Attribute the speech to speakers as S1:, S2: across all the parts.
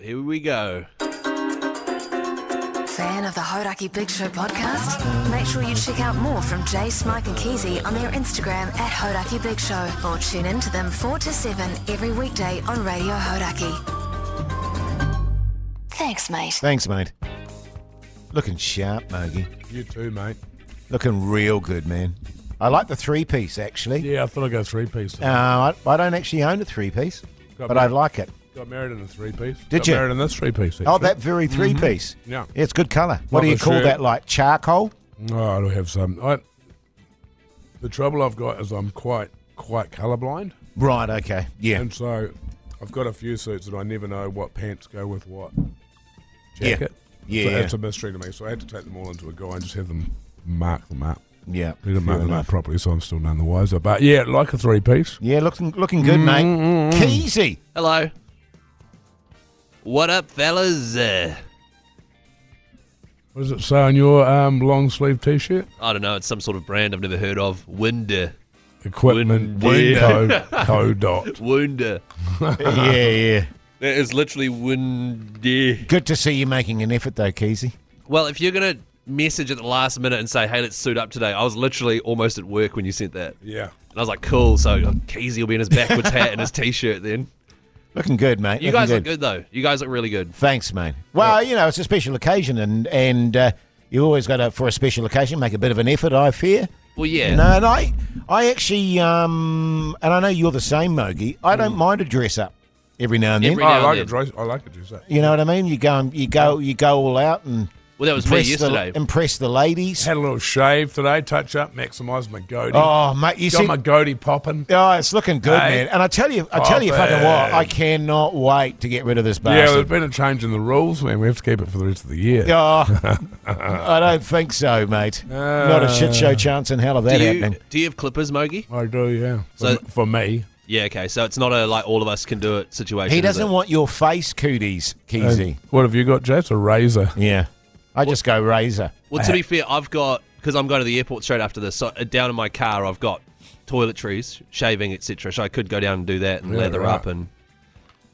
S1: Here we go.
S2: Fan of the Hodaki Big Show podcast? Make sure you check out more from Jay, Smike, and Keezy on their Instagram at Hodaki Big Show or tune in to them 4 to 7 every weekday on Radio Hodaki. Thanks, mate.
S3: Thanks, mate. Looking sharp, Mogi.
S4: You too, mate.
S3: Looking real good, man. I like the three piece, actually.
S4: Yeah, I thought I'd go three piece.
S3: Uh, I, I don't actually own a three piece,
S4: Got
S3: but I
S4: me.
S3: like it.
S4: Got married in a three piece.
S3: Did
S4: Got
S3: you?
S4: Married in this three piece.
S3: Oh, that very three piece.
S4: Mm-hmm. Yeah.
S3: It's good colour. What
S4: Love
S3: do you
S4: the
S3: call
S4: shirt.
S3: that? Like charcoal?
S4: Oh, I do have some. I, the trouble I've got is I'm quite quite colourblind,
S3: Right, okay. Yeah.
S4: and so I've got a few suits that I never know what pants go with what
S3: Yeah.
S4: jacket.
S3: Yeah,
S4: so
S3: yeah.
S4: it's a mystery to me. So I had to take them all into a guy and just have them mark them up.
S3: yeah.
S4: We didn't mark
S3: Fair
S4: them up
S3: enough.
S4: properly, so I'm still none the wiser. But yeah, like a three piece.
S3: Yeah, looking looking good, mate.
S4: Mm-hmm.
S3: Keezy.
S1: Hello. What up, fellas? Uh,
S4: What does it say on your um, long sleeve T-shirt?
S1: I don't know. It's some sort of brand I've never heard of. Winder.
S4: Equipment
S1: Wind-
S4: Co. co dot.
S1: Winder.
S3: yeah, yeah.
S1: That is literally Winder.
S3: Good to see you making an effort, though, Keezy.
S1: Well, if you're going to message at the last minute and say, hey, let's suit up today, I was literally almost at work when you sent that. And
S4: Yeah.
S1: I was like, cool. So uh, Keezy will be in his backwards hat and his t shirt then.
S3: Looking good, mate.
S1: You
S3: Looking
S1: guys look good, though. You guys look really good.
S3: Thanks, mate. Well, you know, it's a special occasion, and and uh, you always got to, for a special occasion, make a bit of an effort. I fear.
S1: Well, yeah.
S3: You know, and I, I actually, um, and I know you're the same, Mogi. I don't mind a dress up every now and then.
S1: Every-
S4: Oh, I
S1: now
S4: like
S1: then.
S4: it. Dre. I like it. Is that?
S3: you know what I mean? You go, and, you go, you go all out and
S1: Well, that was me
S3: impress
S1: yesterday.
S3: the impress the ladies.
S4: Had a little shave today, touch up, maximise my goatee.
S3: Oh, mate, you
S4: Got
S3: see,
S4: my goatee popping.
S3: oh, it's looking good,
S4: Hey.
S3: man. And I tell you, I tell you, fucking what, I cannot wait to get rid of this
S4: Yeah, there's
S3: bastard.
S4: been a change in the rules, man. We have to keep it for the rest of the year.
S3: Oh, I don't think so, mate. Not a shit show chance in hell of that
S1: Uh. do, you,
S3: happening.
S1: do you have clippers, Mogi?
S4: I do, yeah.
S1: So-
S4: For, for me,
S1: Yeah, okay. So it's not a like all of us can do it situation.
S3: He
S1: is
S3: doesn't
S1: it?
S3: want your face cooties,
S4: And
S3: Keezy.
S1: Oh.
S4: what have you got, Jay? It's a razor.
S3: yeah. I just go razor.
S1: Well, to be fair, I've got because I'm going to the airport straight after this. So uh, down in my car, I've got toiletries, shaving, etc. So I could go down and do that and
S4: Yeah,
S1: leather
S4: right.
S1: up and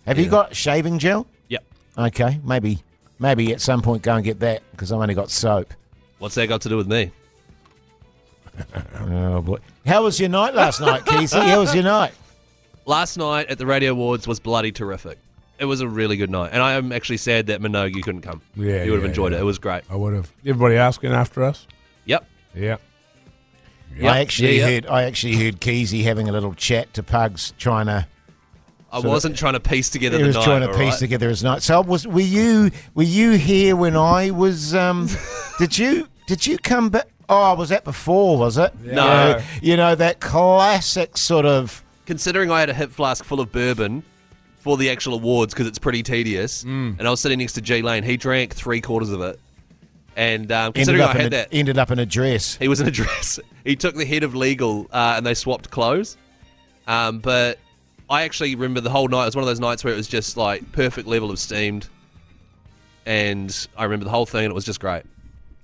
S3: Have you got shaving gel?
S1: yep.
S3: Okay, maybe maybe at some point go and get that because I've only got soap.
S1: What's that got to do with me?
S3: Oh boy. How was your night last night, Keezy? How was your night?
S1: Last night at the Radio Awards was bloody terrific. It was a really good night, and I am actually sad that Minogue couldn't come.
S4: Yeah,
S1: you would have
S4: yeah,
S1: enjoyed
S4: yeah.
S1: it. It was great.
S4: I would have. Everybody asking after us?
S1: Yep.
S4: Yeah.
S1: Yep.
S3: I actually
S1: Yeah, yeah.
S3: heard I actually heard Keezy having a little chat to Pugs trying to
S1: I wasn't trying to piece together
S3: he
S1: the
S3: was
S1: night.
S3: trying to
S1: all
S3: piece
S1: right?
S3: together his night. So was were you were you here when I was um did you did you come back oh was that before, was it?
S1: No.
S3: You know, you know, that classic sort of
S1: considering I had a hip flask full of bourbon for the actual awards because it's pretty tedious,
S3: Mm.
S1: and I was sitting next to G Lane. He drank three quarters of it, and um,
S3: ended
S1: considering I
S3: up, in
S1: had
S3: a,
S1: that,
S3: ended up in a dress.
S1: he was in a dress. he took the head of legal, uh, and they swapped clothes. Um, but I actually remember the whole night. It was one of those nights where it was just like perfect level of steamed, and I remember the whole thing, and it was just great.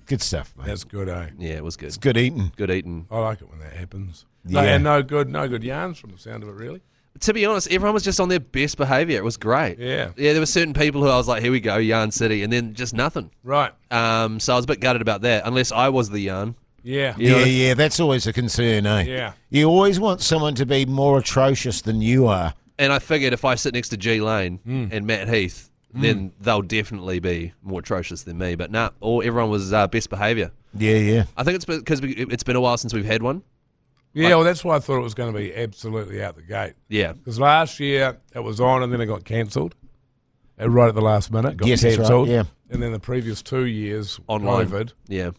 S3: Good stuff, mate.
S4: That's good, eh?
S1: Yeah, it was good.
S3: It's good eating.
S1: Good eating.
S4: I like it when that happens. No,
S3: Yeah.
S4: and no good, no good yarns from the sound of it, really.
S1: To be honest, everyone was just on their best behaviour. It was great.
S4: Yeah.
S1: Yeah, there were certain people who I was like, here we go, Yarn City, and then just nothing.
S4: Right.
S1: Um, so I was a bit gutted about that. Unless I was the yarn.
S4: Yeah.
S1: You know
S3: yeah,
S1: what I-
S3: yeah, that's always a concern, eh?
S4: Yeah.
S3: You always want someone to be more atrocious than you are.
S1: And I figured if I sit next to G Lane and Matt Heath, then they'll definitely be more atrocious than me. But nah, all everyone was uh, best behaviour.
S3: Yeah, yeah.
S1: I think it's because we, it's been a while since we've had one.
S4: Yeah, well, that's why I thought it was going to be absolutely out the gate.
S1: Yeah.
S4: Because last year it was on and then it got cancelled. Uh, Right at the last minute, got
S3: Yes, that's right,
S4: cancelled.
S3: yeah.
S4: And then the previous two years,
S1: Online.
S4: COVID.
S1: Yeah.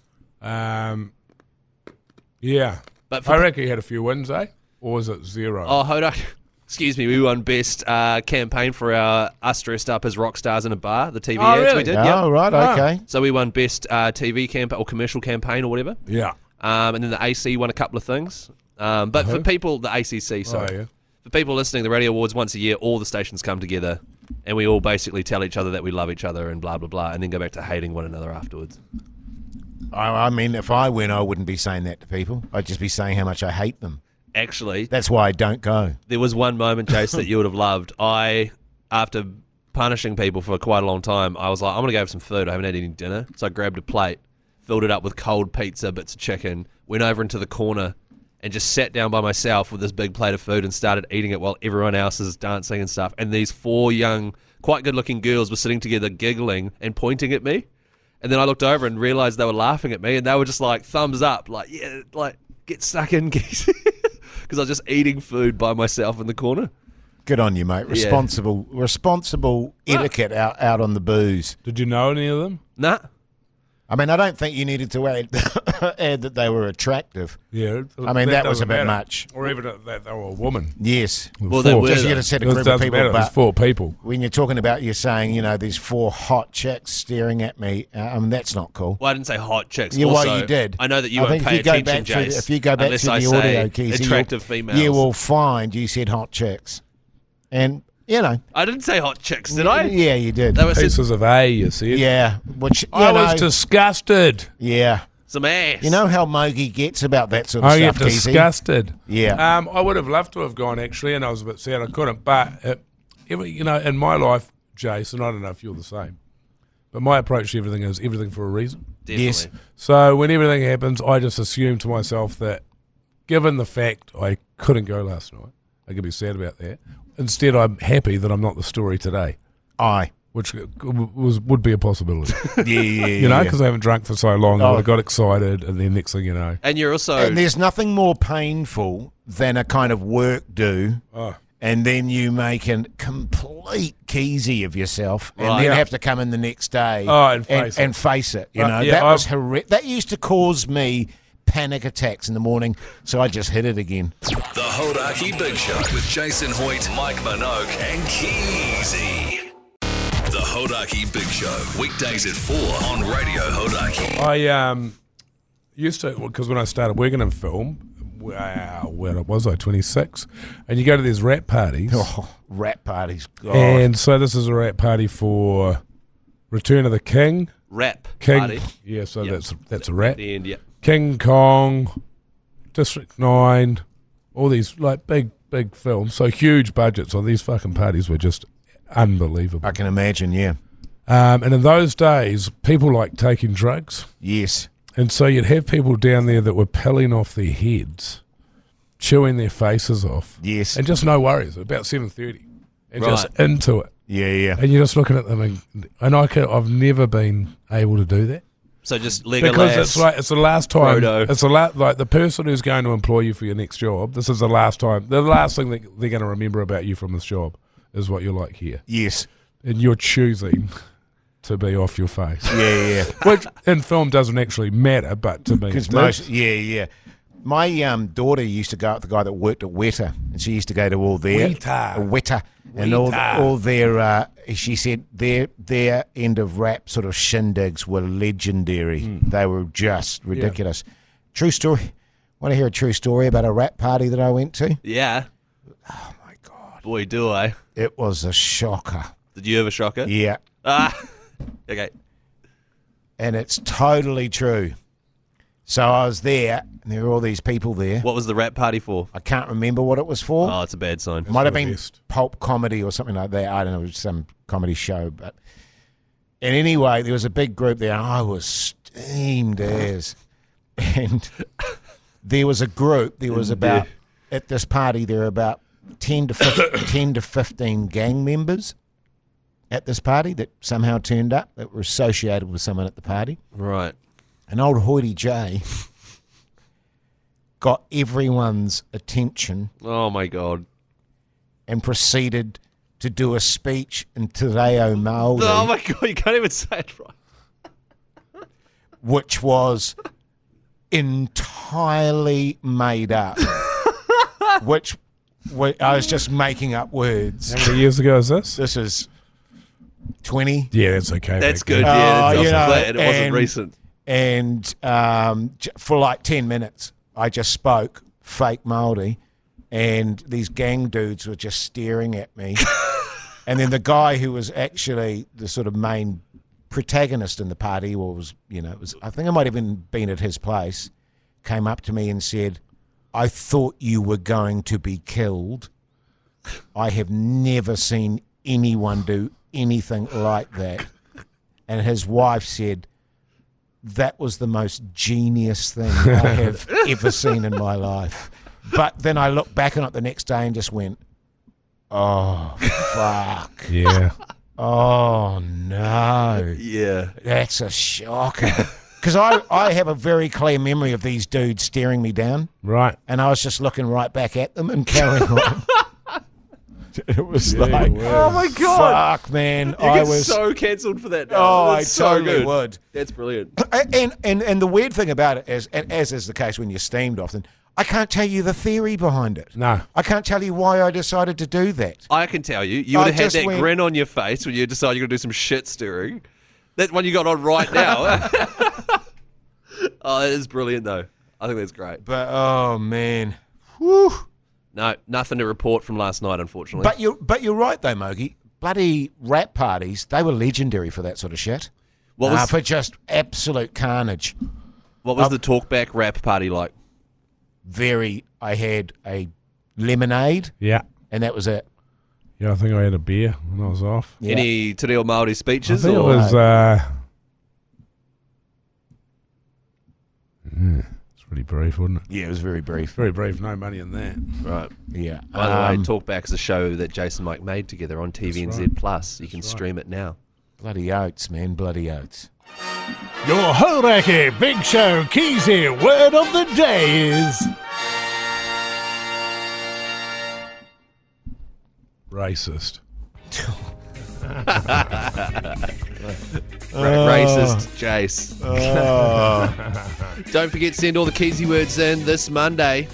S4: Um, yeah.
S1: But for
S4: I reckon he had a few wins, eh? Or was it zero?
S1: oh, hold on. Excuse me. We won best uh, campaign for our us dressed up as rock stars in a bar. The TV
S4: Oh,
S1: ads we
S4: really?
S1: did.
S3: Oh,
S1: Yeah.
S3: right,
S4: Ah.
S3: okay.
S1: So we won best uh, TV campaign or commercial campaign or whatever.
S4: Yeah.
S1: Um, and then the AC won a couple of things. Um, but for people, the ACC, sorry.
S4: Uh-huh. Oh, yeah.
S1: For people listening, the Radio Awards once a year, all the stations come together and we all basically tell each other that we love each other and blah, blah, blah, and then go back to hating one another afterwards.
S3: I, I mean, if I went, I wouldn't be saying that to people. I'd just be saying how much I hate them.
S1: Actually,
S3: That's why I don't go.
S1: there was one moment, Jace, that you would have loved. I, after punishing people for quite a long time, I was like, I'm gonna go have some food. I haven't had any dinner, so I grabbed a plate, filled it up with cold pizza, bits of chicken, went over into the corner, and just sat down by myself with this big plate of food and started eating it while everyone else is dancing and stuff. And these four young, quite good-looking girls were sitting together, giggling and pointing at me. And then I looked over and realized they were laughing at me, and they were just like thumbs up, like yeah, like get stuck in, because I was just eating food by myself in the corner.
S3: Good on you, mate. Responsible, responsible etiquette out, out on the booze.
S4: Did you know any of them?
S1: Nah,
S3: I mean, I don't think you needed to add, add that they were attractive.
S4: Yeah.
S3: I mean, that was a
S4: doesn't
S3: bit
S4: matter.
S3: much.
S4: Or even that they were a woman.
S3: Yes.
S1: Well, they
S4: Four.
S1: were,
S3: Just you
S1: though.
S3: got to set a
S4: It
S3: group of
S4: doesn't
S3: people,
S4: matter. There's
S3: but
S4: four people.
S3: when you're talking about you're saying, you know, these four hot chicks staring at me, uh, I mean, that's not cool.
S1: Well, I didn't say hot chicks.
S3: Yeah, well,
S1: Also,
S3: you did.
S1: I know that you
S3: I
S1: won't
S3: think if
S1: pay
S3: you go
S1: attention,
S3: back
S1: Jace.
S3: To, if you go back
S1: unless
S3: to
S1: I
S3: the
S1: say
S3: audio keys,
S1: attractive
S3: you'll,
S1: females.
S3: you will find you said hot chicks, and you know,
S1: I didn't say hot chicks, did I?
S3: Yeah, you did.
S1: That was just
S4: Pieces of A, you see.
S3: yeah, which you
S4: I
S3: know,
S4: was disgusted.
S3: yeah.
S1: some ass.
S3: You know how Mogi gets about that sort of
S4: I get
S3: stuff, Keezy?
S4: Oh, disgusted.
S3: Yeah.
S4: Um, I would have loved to have gone actually, and I was a bit sad I couldn't. But it, every, you know, in my life, Jason, I don't know if you're the same, but my approach to everything is everything for a reason.
S1: Definitely.
S3: yes.
S4: So when everything happens, I just assume to myself that, given the fact I couldn't go last night, I could be sad about that. Instead, I'm happy that I'm not the story today,
S3: I.
S4: which was would be a possibility.
S3: Yeah, yeah,
S4: you know, because I haven't drunk for so long.
S3: Oh.
S4: I got excited, and then next thing you know,
S1: And you're also
S3: And there's nothing more painful than a kind of work do,
S4: oh,
S3: and then you make a complete keezy of yourself, and
S1: Right.
S3: then
S1: Yeah.
S3: have to come in the next day
S4: Oh, and face it.
S3: and face it. You
S4: Uh,
S3: know,
S4: yeah,
S3: that was
S4: I've-
S3: horrific. That used to cause me panic attacks in the morning, so I just hit it again.
S5: The Hodaki Big Show with Jason Hoyt, Mike Minogue, and Keezy. The Hodaki Big Show, weekdays at 4 on Radio Hodaki.
S4: I um used to because when I started working in film, wow, where was I? Twenty six, and you go to these rap parties.
S3: Oh, rap parties. God.
S4: And so this is a rap party for Return of the King.
S1: rap
S4: King.
S1: party.
S4: Yeah, so
S1: Yep.
S4: that's that's a rap.
S1: The end, yeah.
S4: King Kong, District Nine, all these like big big films. So huge budgets on these fucking parties were just unbelievable.
S1: Uh,
S3: I can imagine, yeah.
S4: Um, and in those days, people like taking drugs.
S3: Yes.
S4: And so you'd have people down there that were pelling off their heads, chewing their faces off,
S3: Yes.
S4: and just no worries. About seven thirty, and just
S1: Right.
S4: into it.
S3: Yeah, yeah.
S4: And you're just looking at them, and, and I could, I've never been able to do that
S1: So just Legolas.
S4: because it's like it's the last time.
S1: Frodo.
S4: It's the la- like the person who's going to employ you for your next job. This is the last time. The last thing that they're going to remember about you from this job is what you're like here,
S3: Yes.
S4: and you're choosing to be off your face,
S3: Yeah, yeah.
S4: which in film doesn't actually matter, but to me, it
S3: Because
S4: does.
S3: most, yeah, yeah. My um, daughter used to go out with the guy that worked at Weta, and she used to go to all their
S4: Weta.
S3: Weta, and all
S4: Weta.
S3: all their. Uh, she said their their end of rap sort of shindigs were legendary. They were just ridiculous. True story. Want to hear a true story about a rap party that I went to?
S1: yeah. Oh my god. Boy, do I.
S3: It was a shocker.
S1: Did you have a shocker?
S3: Yeah,
S1: Ah. Okay.
S3: and it's totally true. So I was there, and there were all these people there.
S1: What was the rap party for?
S3: I can't remember what it was for.
S1: Oh, it's a bad sign.
S3: Might have
S4: the
S3: been
S4: best.
S3: pulp comedy or something like that. I don't know, it was some comedy show, but and anyway, there was a big group there. and I was steamed
S4: Uh-huh.
S3: as, and there was a group. There was about at this party there were about ten to 15, ten to fifteen gang members at this party that somehow turned up that were associated with someone at the party.
S1: Right.
S3: And old Hoity J got everyone's attention
S1: Oh my god.
S3: and proceeded to do a speech in Te Reo Māori,
S1: Oh my god, you can't even say it right.
S3: which was entirely made up, which wa- I was just making up words.
S4: How many years ago is this?
S3: This is 20.
S4: Yeah, that's okay.
S1: That's
S4: back then.
S1: good. Yeah,
S3: Oh,
S1: that's
S3: you
S1: awesome.
S3: know,
S1: Glad it wasn't
S3: and-
S1: recent.
S3: And um, j- for like 10 minutes, I just spoke fake Māori, and these gang dudes were just staring at me. and then the guy who was actually the sort of main protagonist in the party, or was, you know, it was, I think I might have been, been at his place, came up to me and said, I thought you were going to be killed. I have never seen anyone do anything like that. And his wife said, that was the most genius thing I have ever seen in my life. But then I looked back on it the next day and just went, oh, fuck.
S4: Yeah.
S3: Oh, no.
S1: Yeah.
S3: That's a shocker. Because I, I have a very clear memory of these dudes staring me down,
S4: right.
S3: and I was just looking right back at them and carrying on. It was like,
S1: Oh my god.
S3: fuck, man.
S1: You
S3: I
S1: get
S3: was.
S1: so cancelled for that.
S3: oh, I
S1: That's so
S3: totally
S1: good.
S3: would.
S1: That's brilliant.
S3: And, and and the weird thing about it is, and as is the case when you're steamed often, I can't tell you the theory behind it.
S4: No.
S3: I can't tell you why I decided to do that.
S1: I can tell you, you
S3: I
S1: would have had
S3: just
S1: that
S3: went-
S1: grin on your face when you decide you're going to do some shit stirring. That one you got on right now. oh, that is brilliant, though. I think that's great.
S3: But oh man, Whew.
S1: No, nothing to report from last night, unfortunately.
S3: But you but you're right though, Mogi. Bloody rap parties, they were legendary for that sort of shit.
S1: what
S3: Nah,
S1: was,
S3: for just absolute carnage.
S1: what was the talkback rap party like?
S3: Very. I had a lemonade,
S4: Yeah.
S3: and that was it.
S4: Yeah, I think I had a beer when I was off.
S3: Yeah.
S1: Any Te Reo Māori
S4: I
S1: speeches?
S4: think it
S1: or-
S4: was. Uh, yeah, Hmm, it's really brief, wasn't it?
S3: Yeah, it was very brief.
S4: Very brief. No money in that.
S1: Right.
S3: Yeah.
S1: By the
S3: Um,
S1: way, Talkback is a show that Jason and Mike made together on TVNZ Plus. You can stream it now.
S3: bloody oats, man. Bloody oats.
S4: Your Horaki Big Show Keezy word of the day is racist. Oh.
S1: Ra- Racist Jace.
S4: Oh.
S1: Don't forget to send all the Keezy words in this Monday.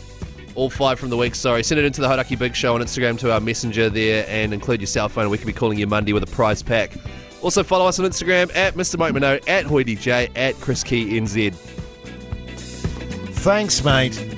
S1: All five from the week, sorry. Send it into the Hodaki Big Show on Instagram to our messenger there and include your cell phone. We can be calling you Monday with a prize pack. Also, follow us on Instagram at Mr. Mike Minot, at Hoy DJ, at Chris Key NZ.
S3: Thanks, mate.